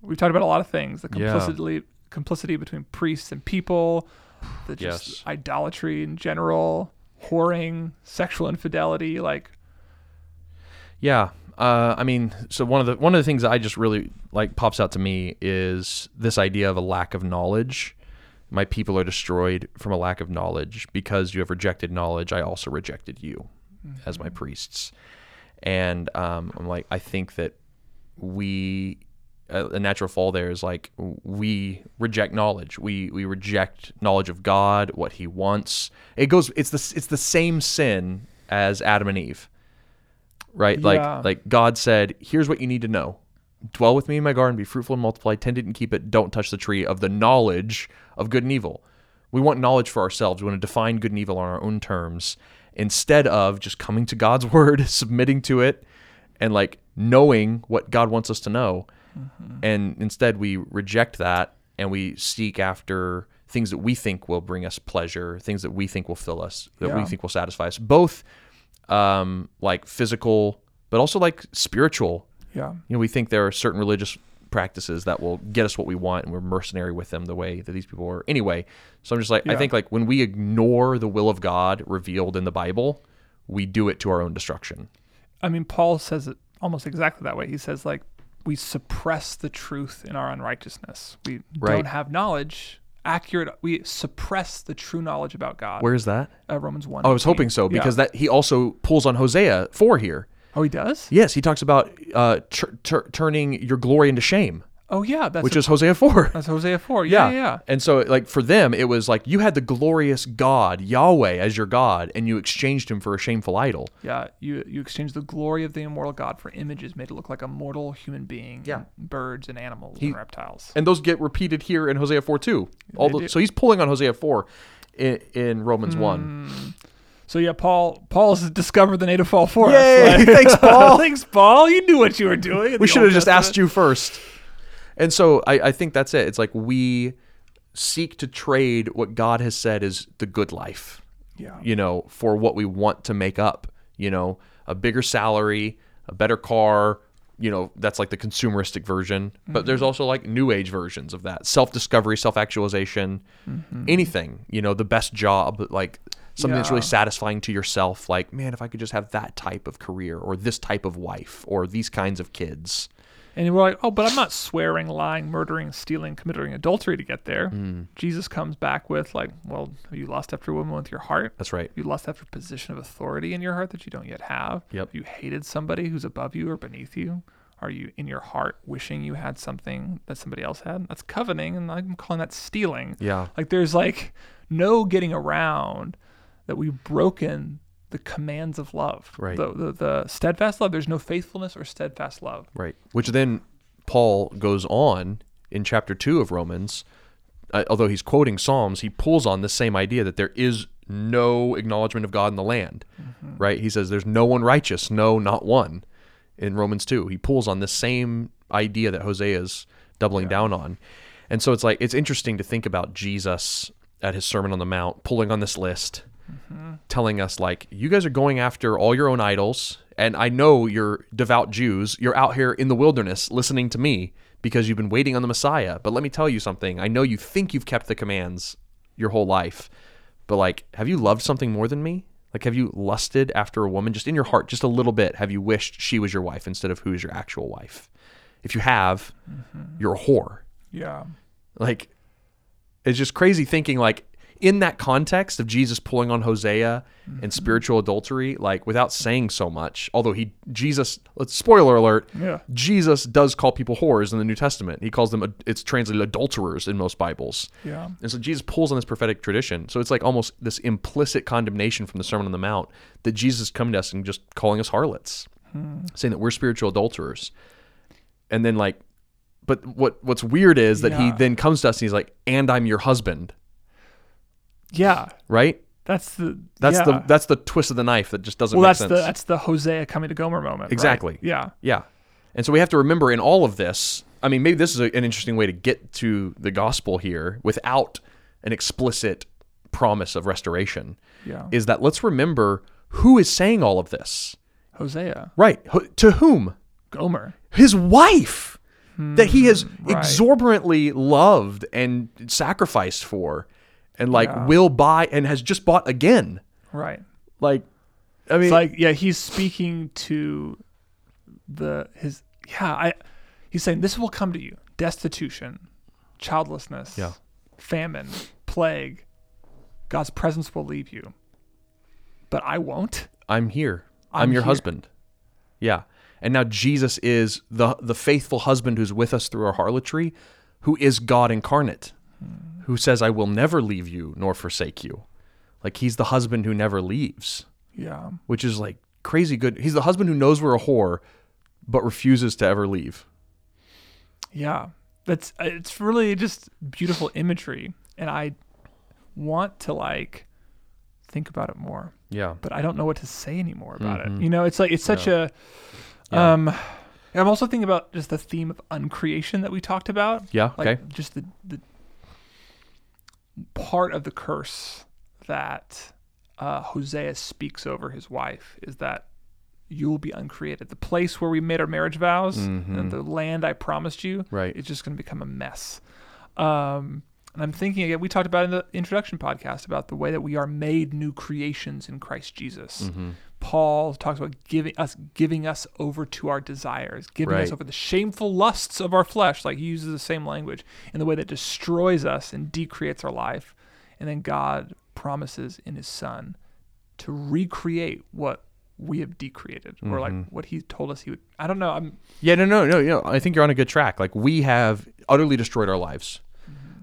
we've talked about a lot of things: the
Yeah.
complicity, complicity between priests and people, the just
Yes.
idolatry in general, whoring, sexual infidelity, like
Yeah. Uh, I mean, so one of the one of the things that I just really like pops out to me is this idea of a lack of knowledge. My people are destroyed from a lack of knowledge because you have rejected knowledge. I also rejected you as my priests, and um, I'm like, I think that we a, a natural fall there is like we reject knowledge. We we reject knowledge of God, what He wants. It goes. It's the it's the same sin as Adam and Eve, right?
Yeah.
Like like God said, here's what you need to know. Dwell with me in my garden, be fruitful and multiply, tend it and keep it. Don't touch the tree of the knowledge of good and evil. We want knowledge for ourselves. We want to define good and evil on our own terms instead of just coming to God's word, submitting to it, and like knowing what God wants us to know.
Mm-hmm.
And instead, we reject that and we seek after things that we think will bring us pleasure, things that we think will fill us, that we
Yeah.
think will satisfy us, both um, like physical, but also like spiritual.
yeah,
You know, we think there are certain religious practices that will get us what we want and we're mercenary with them the way that these people were. Anyway, so I'm just like, I
Yeah.
think like when we ignore the will of God revealed in the Bible, we do it to our own destruction.
I mean, Paul says it almost exactly that way. He says like we suppress the truth in our unrighteousness. We
Right.
don't have knowledge accurate. We suppress the true knowledge about God.
Where is that?
uh, Romans one.
I was hoping so because that he also pulls on Hosea 4 here.
oh he does.
Yes, he talks about uh, tur tur turning your glory into shame,
Oh yeah, that's
which is Hosea 4.
that's Hosea four. Yeah, yeah. yeah.
And so, like, for them, it was like you had the glorious God, Yahweh, as your God, and you exchanged him for a shameful idol.
Yeah, you you exchange the glory of the immortal God for images made to look like a mortal human being,
Yeah.
and birds and animals and reptiles.
And those get repeated here in Hosea 4 too. All
do.
the, so he's pulling on Hosea 4 in, in Romans
Hmm,
1.
So yeah, Paul Paul's discovered the native fall for us. Like,
Thanks, Paul.
Thanks, Paul. You knew what you were doing.
we should have just asked you first. And so I, I think that's it. It's like we seek to trade what God has said is the good life,
Yeah.
you know, for what we want to make up, you know, a bigger salary, a better car, you know, that's like the consumeristic version. But there's also like new age versions of that self discovery, self actualization, anything, you know, the best job, like something that's really
Yeah.
satisfying to yourself. Like, man, if I could just have that type of career or this type of wife or these kinds of kids.
And you were like, oh, but I'm not swearing, lying, murdering, stealing, committing adultery to get there.
Hmm.
Jesus comes back with like, well, have you lust after women with your heart?
That's right.
You lust after position of authority in your heart that you don't yet have.
Yep.
Have You hated somebody who's above you or beneath you. Are you in your heart wishing you had something that somebody else had? That's coveting, and I'm calling that stealing.
Yeah.
Like there's like no getting around that we've broken the commands of love.
Right.
The, the, the steadfast love. There's no faithfulness or steadfast love.
Right. Which then Paul goes on in chapter 2 of Romans, uh, although he's quoting Psalms, he pulls on the same idea that there is no acknowledgement of God in the land. Right? He says there's no one righteous, no not one in Romans 2. He pulls on the same idea that Hosea is doubling down on. And so it's like it's interesting to think about Jesus at his sermon on the mount pulling on this list telling us like you guys are going after all your own idols and i know you're devout jews you're out here in the wilderness listening to me because you've been waiting on the messiah but let me tell you something i know you think you've kept the commands your whole life but like have you loved something more than me Like, have you lusted after a woman just in your heart, just a little bit? Have you wished she was your wife instead of who is your actual wife? If you have, you're a whore.
Yeah.
Like, it's just crazy thinking, like, in that context of Jesus pulling on Hosea and spiritual adultery, like, without saying so much, although he, Jesus, let's, spoiler alert,
Yeah.
Jesus does call people whores in the New Testament. He calls them, it's translated adulterers in most Bibles.
Yeah.
And so Jesus pulls on this prophetic tradition. So it's like almost this implicit condemnation from the Sermon on the Mount that Jesus is coming to us and just calling us harlots,
Hmm.
saying that we're spiritual adulterers. And then like, but what what's weird is that he
Yeah.
then comes to us and he's like, "And I'm your husband,"
Yeah.
right?
That's the
That's
yeah.
the that's the twist of the knife that just doesn't
well
make
that's
sense.
the that's the Hosea coming to Gomer moment. right?
Exactly.
Yeah.
Yeah. And so we have to remember in all of this, I mean, maybe this is a, an interesting way to get to the gospel here without an explicit promise of restoration,
Yeah.
is that let's remember who is saying all of this.
Hosea.
Right. Who- To whom?
Gomer.
His wife that he has
Hmm, right.
exorbitantly loved and sacrificed for and like
Yeah.
will buy and has just bought again.
Right.
Like, I mean,
It's like yeah, he's speaking to the his yeah, I he's saying this will come to you. Destitution, childlessness,
Yeah.
famine, plague. God's presence will leave you. But I won't.
I'm here. I'm,
I'm
your
here.
husband. Yeah. And now Jesus is the the faithful husband who's with us through our harlotry, who is God incarnate,
Hmm.
who says, I will never leave you nor forsake you. Like he's the husband who never leaves,
Yeah.
which is like crazy good. He's the husband who knows we're a whore, but refuses to ever leave.
Yeah, that's it's really just beautiful imagery, and I want to like think about it more,
Yeah.
but I don't know what to say anymore about it. You know, it's like it's such a.
Mm-hmm. Yeah.
Um, I'm also thinking about just the theme of uncreation that we talked about.
Yeah,
like
okay.
just the the part of the curse that uh, Hosea speaks over his wife is that you will be uncreated. The place where we made our marriage vows and the land I promised you,
Mm-hmm. Right.
it's just going to become a mess. Um, and I'm thinking again, we talked about in the introduction podcast about the way that we are made new creations in Christ Jesus. Paul talks about giving us giving us over to our desires, giving us
Right.
over the shameful lusts of our flesh. Like he uses the same language in the way that destroys us and decreates our life. And then God promises in his son to recreate what we have decreated or like what he told us he would. I don't know. I'm
Yeah, no, no, no, you know, I think you're on a good track. Like we have utterly destroyed our lives.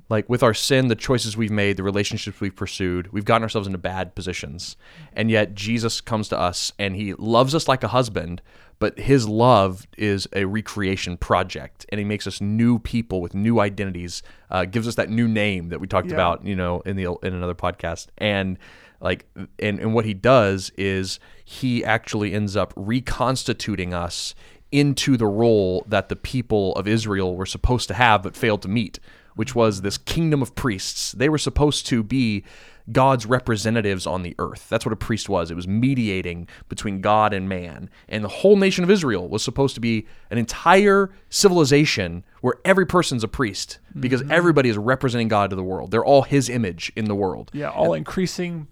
Like with our sin, the choices we've made, the relationships we've pursued, we've gotten ourselves into bad positions. And yet Jesus comes to us and he loves us like a husband, but his love is a recreation project and he makes us new people with new identities, uh, gives us that new name that we talked
Yeah.
about, you know, in the in another podcast. And like and and what he does is he actually ends up reconstituting us into the role that the people of Israel were supposed to have but failed to meet, which was this kingdom of priests. They were supposed to be God's representatives on the earth. That's what a priest was. It was mediating between God and man. And the whole nation of Israel was supposed to be an entire civilization where every person's a priest because everybody is representing God to the world. They're all his image in the world.
yeah, all increasing,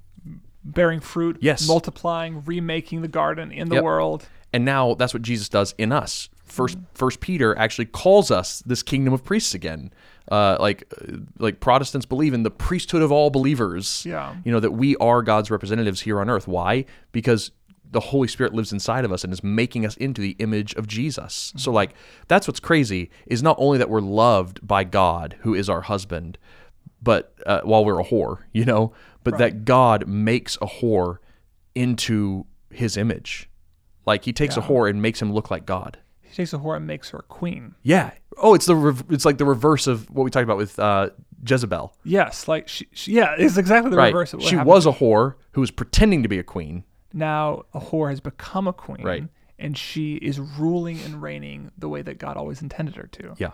bearing fruit,
Yes.
multiplying, remaking the garden in the
Yep.
world.
and now that's what Jesus does in us. First, First Peter actually calls us this kingdom of priests again. Uh, like, uh, like Protestants believe in the priesthood of all believers.
Yeah.
you know that we are God's representatives here on earth. Why? Because the Holy Spirit lives inside of us and is making us into the image of Jesus. So, like, that's what's crazy is not only that we're loved by God, who is our husband, but uh, while we're a whore, you know, but that God makes a whore into His image. Like he takes a whore and makes him look like God.
He takes a whore and makes her a queen.
Yeah. Oh, it's the rev it's like the reverse of what we talked about with uh, Jezebel.
Yes, like she, she yeah, it's exactly the
Right.
reverse of what
she
happened.
was a whore who was pretending to be a queen.
now a whore has become a queen,
Right.
and she is ruling and reigning the way that God always intended her to.
Yeah.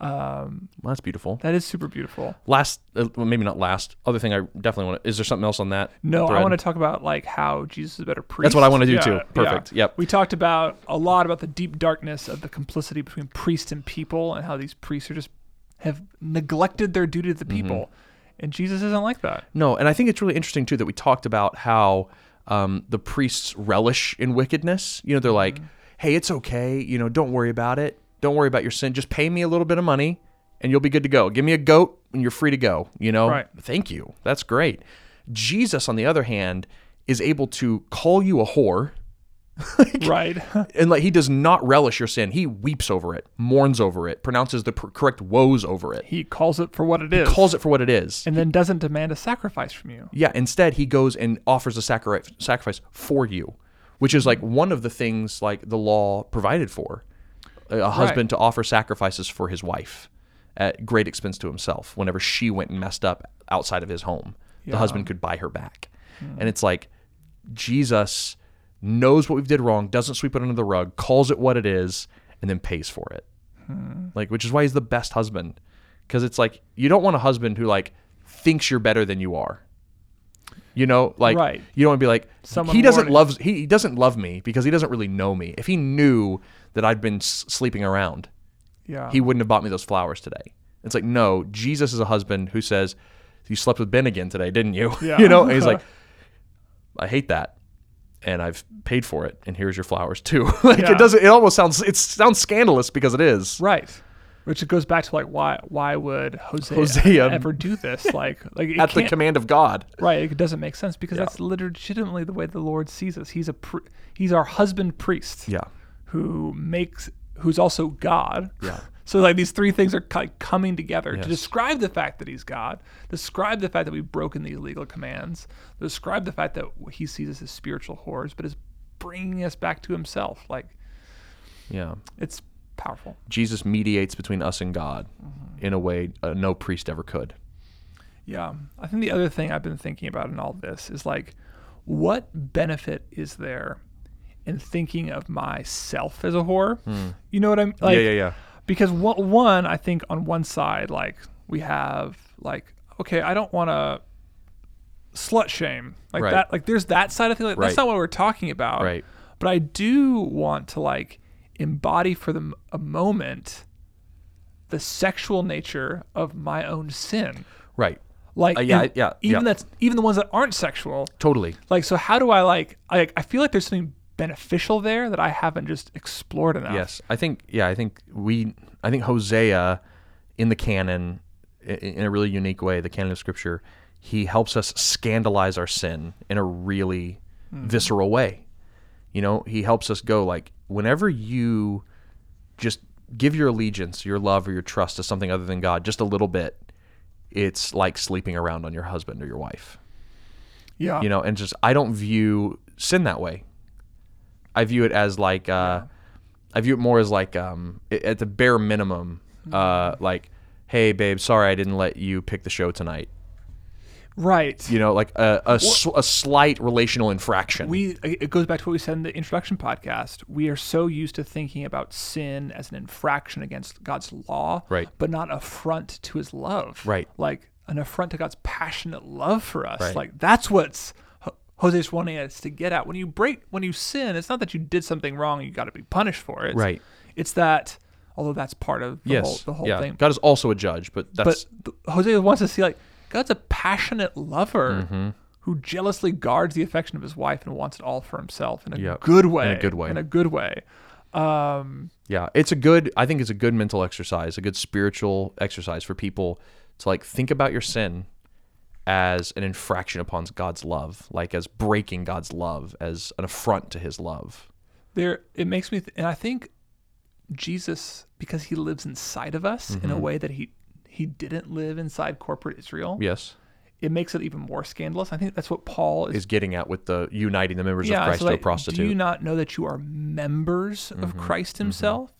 Um,
Um,
well, that's beautiful.
That is super beautiful.
last, uh, well, maybe not last. Other thing I definitely want to. Is there something else on that?
No, I
thread?
want to talk about like how Jesus is a better priest.
That's what I wanna do too. Perfect. Yep.
We talked about a lot about the deep darkness of the complicity between priest and people, and how these priests are just have neglected their
Mm-hmm.
duty to the people, and Jesus isn't like that.
No, and I think it's really interesting too that we talked about how um, the priests relish in wickedness. You know, they're like, hey, it's okay. You know, don't worry about it. Don't worry about your sin. Just pay me a little bit of money and you'll be good to go. Give me a goat and you're free to go. You know,
Right.
thank you. That's great. Jesus, on the other hand, is able to call you a whore
right?
and like he does not relish your sin. He weeps over it, mourns over it, pronounces the pr- correct woes over it,
he calls it for what it is,
calls it for what it is.
and then doesn't demand a sacrifice from you.
Yeah, instead he goes and offers a sacri- sacrifice for you, which is like one of the things like the law provided for. A- A husband to offer sacrifices for his wife at great expense to himself whenever she went and messed up outside of his home. The husband could buy her back. And it's like Jesus knows what we've did wrong, doesn't sweep it under the rug, calls it what it is, and then pays for it like which is why he's the best husband because it's like you don't want a husband who like thinks you're better than you are you know like
Right.
you don't want to be like
Someone
he doesn't
warning.
love he, he doesn't love me because he doesn't really know me if he knew that i'd been s- sleeping around
Yeah.
he wouldn't have bought me those flowers today it's like no jesus is a husband who says you slept with ben again today didn't you
Yeah.
you know and he's like i hate that and i've paid for it and here's your flowers too like
Yeah.
it doesn't it almost sounds it sounds scandalous because it is
right. Which it goes back to like why why would Hosea,
Hosea.
ever do this? Like like it
at the
can't-
command of God.
Right, it doesn't make sense because that's legitimately the way the Lord sees us. He's a pri- he's our husband priest
Yeah.
who makes who's also God. Yeah. So like these three things are ki- coming together to describe the fact that he's God, describe the fact that we've broken these legal commands, describe the fact that he sees us as spiritual whores, but is bringing us back to himself. Like
Yeah.
it's powerful.
Jesus mediates between us and God in a way uh, no priest ever could.
Yeah. I think the other thing I've been thinking about in all this is like, what benefit is there in thinking of myself as a whore? You know what I'm like?
Hmm. yeah.
Because wha- one, I think on one side, like we have like, okay, I don't want to slut shame like
Right.
that. Like there's that side of thing. Like,
Right.
That's not what we're talking about.
Right.
But I do want to like embody for the, m- a moment the sexual nature of my own sin
Right.
like
Uh, yeah,
and
yeah,
even
yeah.
that's even the ones that aren't sexual
Totally.
like so how do i like i, I feel like there's something beneficial there that i haven't just explored enough
Yes. I think yeah, I think we I think Hosea in the canon i- i- in a really unique way, the canon of scripture, he helps us scandalize our sin in a really visceral way. You know, he helps us go like whenever you just give your allegiance, your love or your trust to something other than God just a little bit, it's like sleeping around on your husband or your wife.
yeah
you know and just i don't view sin that way i view it as like uh i view it more as like um i- at the bare minimum uh
Mm-hmm.
like hey babe sorry i didn't let you pick the show tonight
right
you know like a a, sl- a slight relational infraction
we it goes back to what we said in the introduction podcast we are so used to thinking about sin as an infraction against god's law
Right.
but not affront to his love
Right.
like an affront to god's passionate love for us like that's what's Ho- jose's wanting us to get at when you break when you sin it's not that you did something wrong and you got to be punished for it
Right.
it's that although that's part of the
yes
whole, the whole
yeah.
thing
god is also a judge but that's
but th- Jose wants to see like God's a passionate lover
Mm-hmm.
who jealously guards the affection of his wife and wants it all for himself in a
Yep.
good way.
In a good way.
In a good way.
yeah it's a good i think it's a good mental exercise a good spiritual exercise for people to like think about your sin as an infraction upon god's love like as breaking god's love as an affront to his love
There, it makes me, th- and I think Jesus, because he lives inside of us in a
Mm-hmm.
way that he he didn't live inside corporate Israel.
Yes,
It makes it even more scandalous. I think that's what Paul is
is getting at with the uniting the members of
it's
Christ to
like,
a prostitute. Mm-hmm.
Do you not know that you are members of Christ Himself?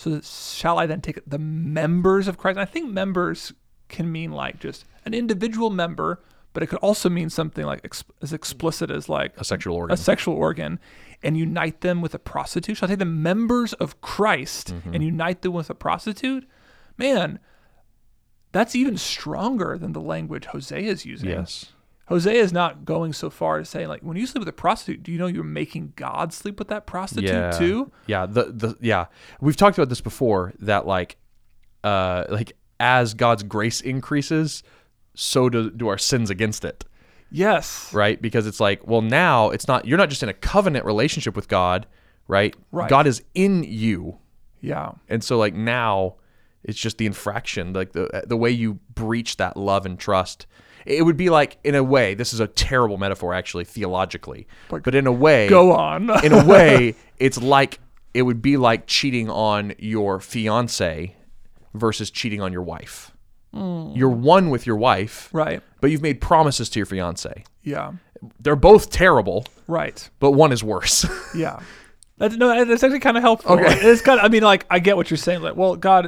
So that, shall I then take the members of Christ? I think members can mean like just an individual member, but it could also mean something like ex- as explicit as like
a sexual organ.
a sexual organ and unite them with a prostitute? Shall I take the members of Christ
Mm-hmm.
and unite them with a prostitute? Man, that's even stronger than the language Hosea is using.
yes.
Hosea is not going so far to say like when you sleep with a prostitute, do you know you're making God sleep with that prostitute
Yeah.
too?
Yeah. The the yeah. We've talked about this before that like uh like as God's grace increases, so do do our sins against it.
Yes.
right? Because it's like, well, now it's not you're not just in a covenant relationship with God, right?
Right.
God is in you.
Yeah.
And so like now it's just the infraction, like the the way you breach that love and trust. It would be like in a way, this is a terrible metaphor actually theologically. But, in a way
Go on.
in a way, it's like it would be like cheating on your fiance versus cheating on your wife. You're one with your wife,
Hmm. right.
but you've made promises to your fiance.
Yeah.
They're both terrible,
Right.
but one is worse.
Yeah. That's, no, that's actually kind of helpful. It's kind of, I mean, like, I get what you're saying. Like, well, God,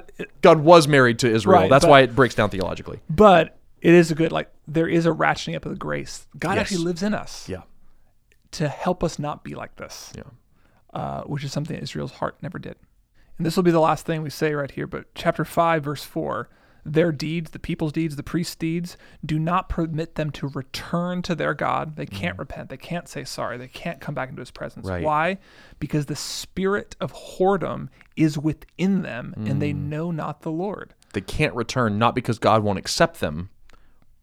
God was married to Israel.
Right,
That's
but-
why it breaks down theologically.
but it is a good, like, there is a ratcheting up of the grace. God
Yes.
actually lives in us to help us not be like this,
Yeah.
uh, which is something Israel's heart never did. And this will be the last thing we say right here, but chapter 5, verse 4 their deeds, the people's deeds, the priest's deeds, do not permit them to return to their God. They can't repent. They can't say sorry. They can't come back into his presence.
Mm. Right.
Why? Because the spirit of whoredom is within them and
Mm.
they know not the Lord.
They can't return, not because God won't accept them,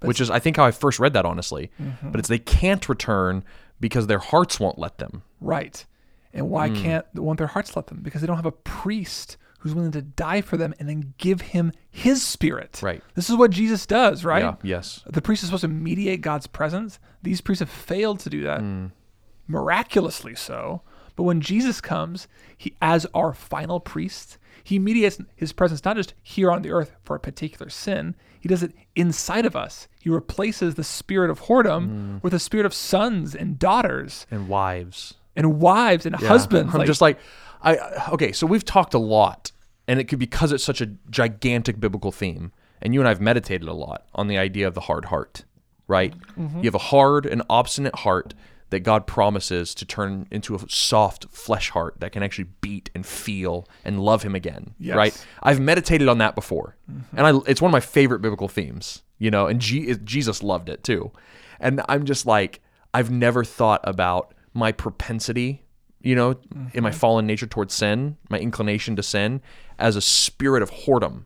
which is, I think, how I first read that, honestly.
Mm-hmm.
But it's they can't return because their hearts won't let them.
Right. And why
Hmm.
can't won't their hearts let them? Because they don't have a priest who's willing to die for them and then give him his spirit.
Right.
This is what Jesus does, right?
Yeah. Yes.
The priest is supposed to mediate God's presence. These priests have failed to do that.
Hmm.
Miraculously so. But when Jesus comes, he as our final priest, he mediates his presence not just here on the earth for a particular sin, he does it inside of us. He replaces the spirit of
Hmm.
whoredom with the spirit of sons and daughters
And wives.
and wives and husbands.
I'm
like-
just like, I okay. So we've talked a lot, and it could because it's such a gigantic biblical theme, and you and I've meditated a lot on the idea of the hard heart, right?
Mm-hmm.
You have a hard and obstinate heart that God promises to turn into a soft flesh heart that can actually beat and feel and love Him again,
Yes.
right? I've meditated on that before, and I, it's one of my favorite biblical themes, you know. And Je- Jesus loved it too, and I'm just like, I've never thought about my propensity, you know, in my fallen nature towards sin, my inclination to sin, as a spirit of whoredom,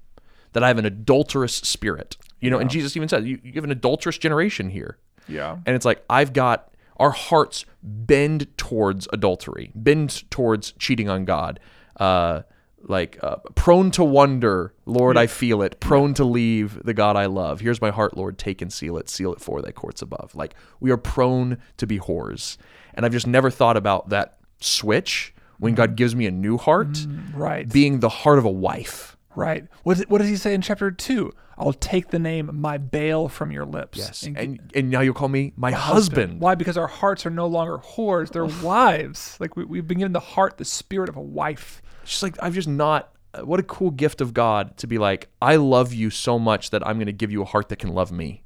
that I have an adulterous spirit, you know. And Jesus even said, you, you have an adulterous generation here,
yeah.
and it's like I've got our hearts bend towards adultery, bend towards cheating on God, uh, like uh, prone to wonder, Lord, I feel it, prone to leave the God I love. Here's my heart, Lord, take and seal it, seal it for thy courts above. Like we are prone to be whores, and I've just never thought about that switch when God gives me a new heart,
Right.
being the heart of a wife.
right. What, does- what does he say in chapter two? I'll take the name my Baal from your lips.
and
And
and, now you'll call me my husband.
why? Because our hearts are no longer whores; they're wives. Like we, we've been given the heart, the spirit of a wife.
It's just like I've just not. uh, What a cool gift of God to be like, I love you so much that I'm going to give you a heart that can love me.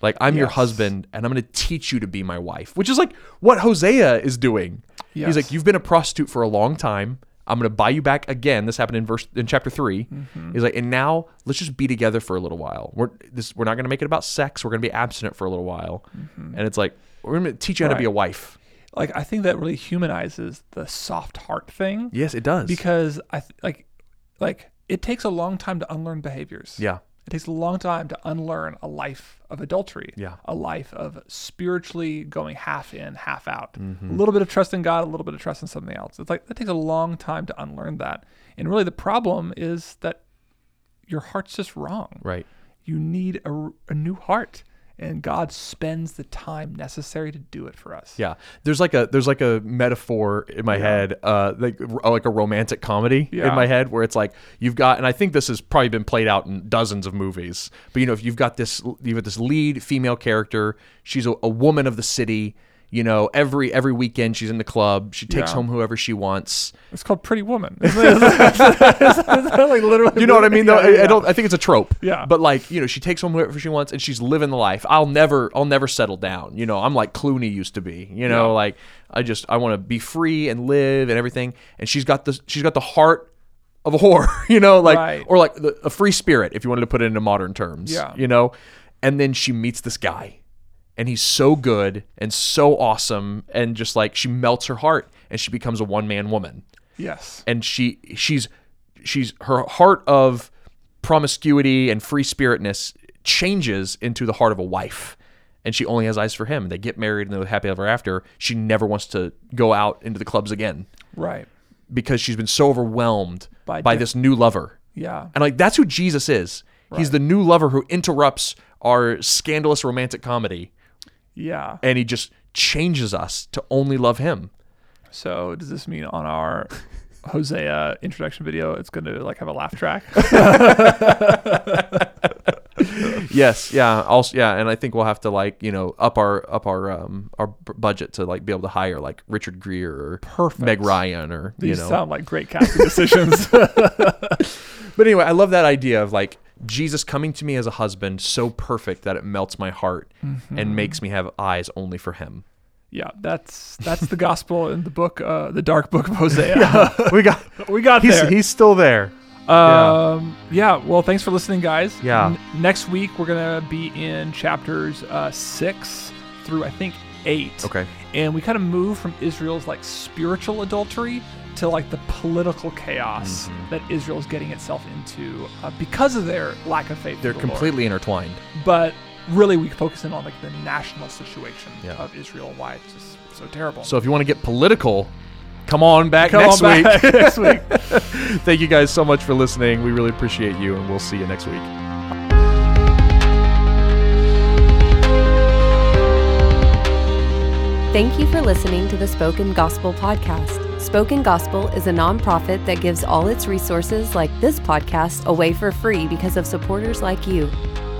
Like I'm your
Yes.
husband, and I'm going to teach you to be my wife, which is like what Hosea is doing. He's
Yes.
like, you've been a prostitute for a long time. I'm going to buy you back again. This happened in verse in chapter 3 He's like, and now let's just be together for a little while. We're this. We're not going to make it about sex. We're going to be abstinent for a little while. And it's like we're going to teach you how to be
Right.
a wife.
Like I think that really humanizes the soft heart thing.
Yes, it does.
Because I th- like, like it takes a long time to unlearn behaviors.
yeah,
It takes a long time to unlearn a life of adultery,
Yeah.
a life of spiritually going half in, half out.
Mm-hmm.
A little bit of trust in God, a little bit of trust in something else. It's like that takes a long time to unlearn that. And really, the problem is that your heart's just wrong.
right.
You need a, r- a new heart, and God spends the time necessary to do it for us.
Yeah, there's like a there's like a metaphor in my head, uh, like like a romantic comedy in
Yeah.
my head, where it's like you've got, and I think this has probably been played out in dozens of movies. But you know, if you've got this, you've got this lead female character, she's a, a woman of the city. You know, every every weekend she's in the club. She takes
Yeah.
home whoever she wants.
It's called Pretty Woman. like literally,
You know what I mean? Though
Yeah,
I- I,
yeah.
don't. I think it's a trope.
Yeah.
But like, you know, she takes home whoever she wants, and she's living the life. I'll never, I'll never settle down. You know, I'm like Clooney used to be. You know, like I just, I want to be free and live and everything. And she's got the, she's got the heart of a whore. You know, like
Right.
or like the, a free spirit, if you wanted to put it into modern terms.
Yeah.
You know, and then she meets this guy, and he's so good and so awesome, and just like she melts her heart, and she becomes a one man woman
Yes.
and she she's she's her heart of promiscuity and free spiritness changes into the heart of a wife and she only has eyes for him. They get married and they're happy ever after. She never wants to go out into the clubs again
Right.
because she's been so overwhelmed by,
By diff-
this new lover.
Yeah.
And like that's who Jesus is. He's the new lover who interrupts our scandalous romantic comedy
Yeah.
and he just changes us to only love him.
So does this mean on our Hosea introduction video, it's going to like have a laugh track?
Yes, yeah, also yeah, and I think we'll have to like, you know, up our up our um our b- budget to like be able to hire like Richard Greer or
Perfect.
Meg Ryan or
These
you know.
sound like great casting decisions.
But anyway, I love that idea of like Jesus coming to me as a husband so perfect that it melts my heart and makes me have eyes only for him.
yeah, that's that's the gospel in the book, uh, the dark book of Hosea.
We got
We got
he's
there.
he's still there.
um, yeah. Well, thanks for listening, guys.
Yeah.
next week we're gonna be in chapters uh, six through I think eight.
Okay.
And we kind of move from Israel's like spiritual adultery to like the political chaos
Mm-hmm.
that Israel's getting itself into uh, because of their lack of faith. in
They're
the Lord.
completely intertwined.
But really, we focus in on like the national situation
Yeah.
of Israel and why it's just so terrible.
So if you want to get political, come on back
Come
next
on back
week.
next week.
Thank you guys so much for listening. We really appreciate you, and we'll see you next week.
Thank you for listening to the Spoken Gospel Podcast. Spoken Gospel is a nonprofit that gives all its resources, like this podcast, away for free because of supporters like you.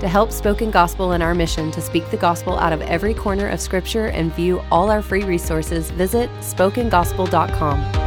To help Spoken Gospel in our mission to speak the gospel out of every corner of Scripture and view all our free resources, visit SpokenGospel.com.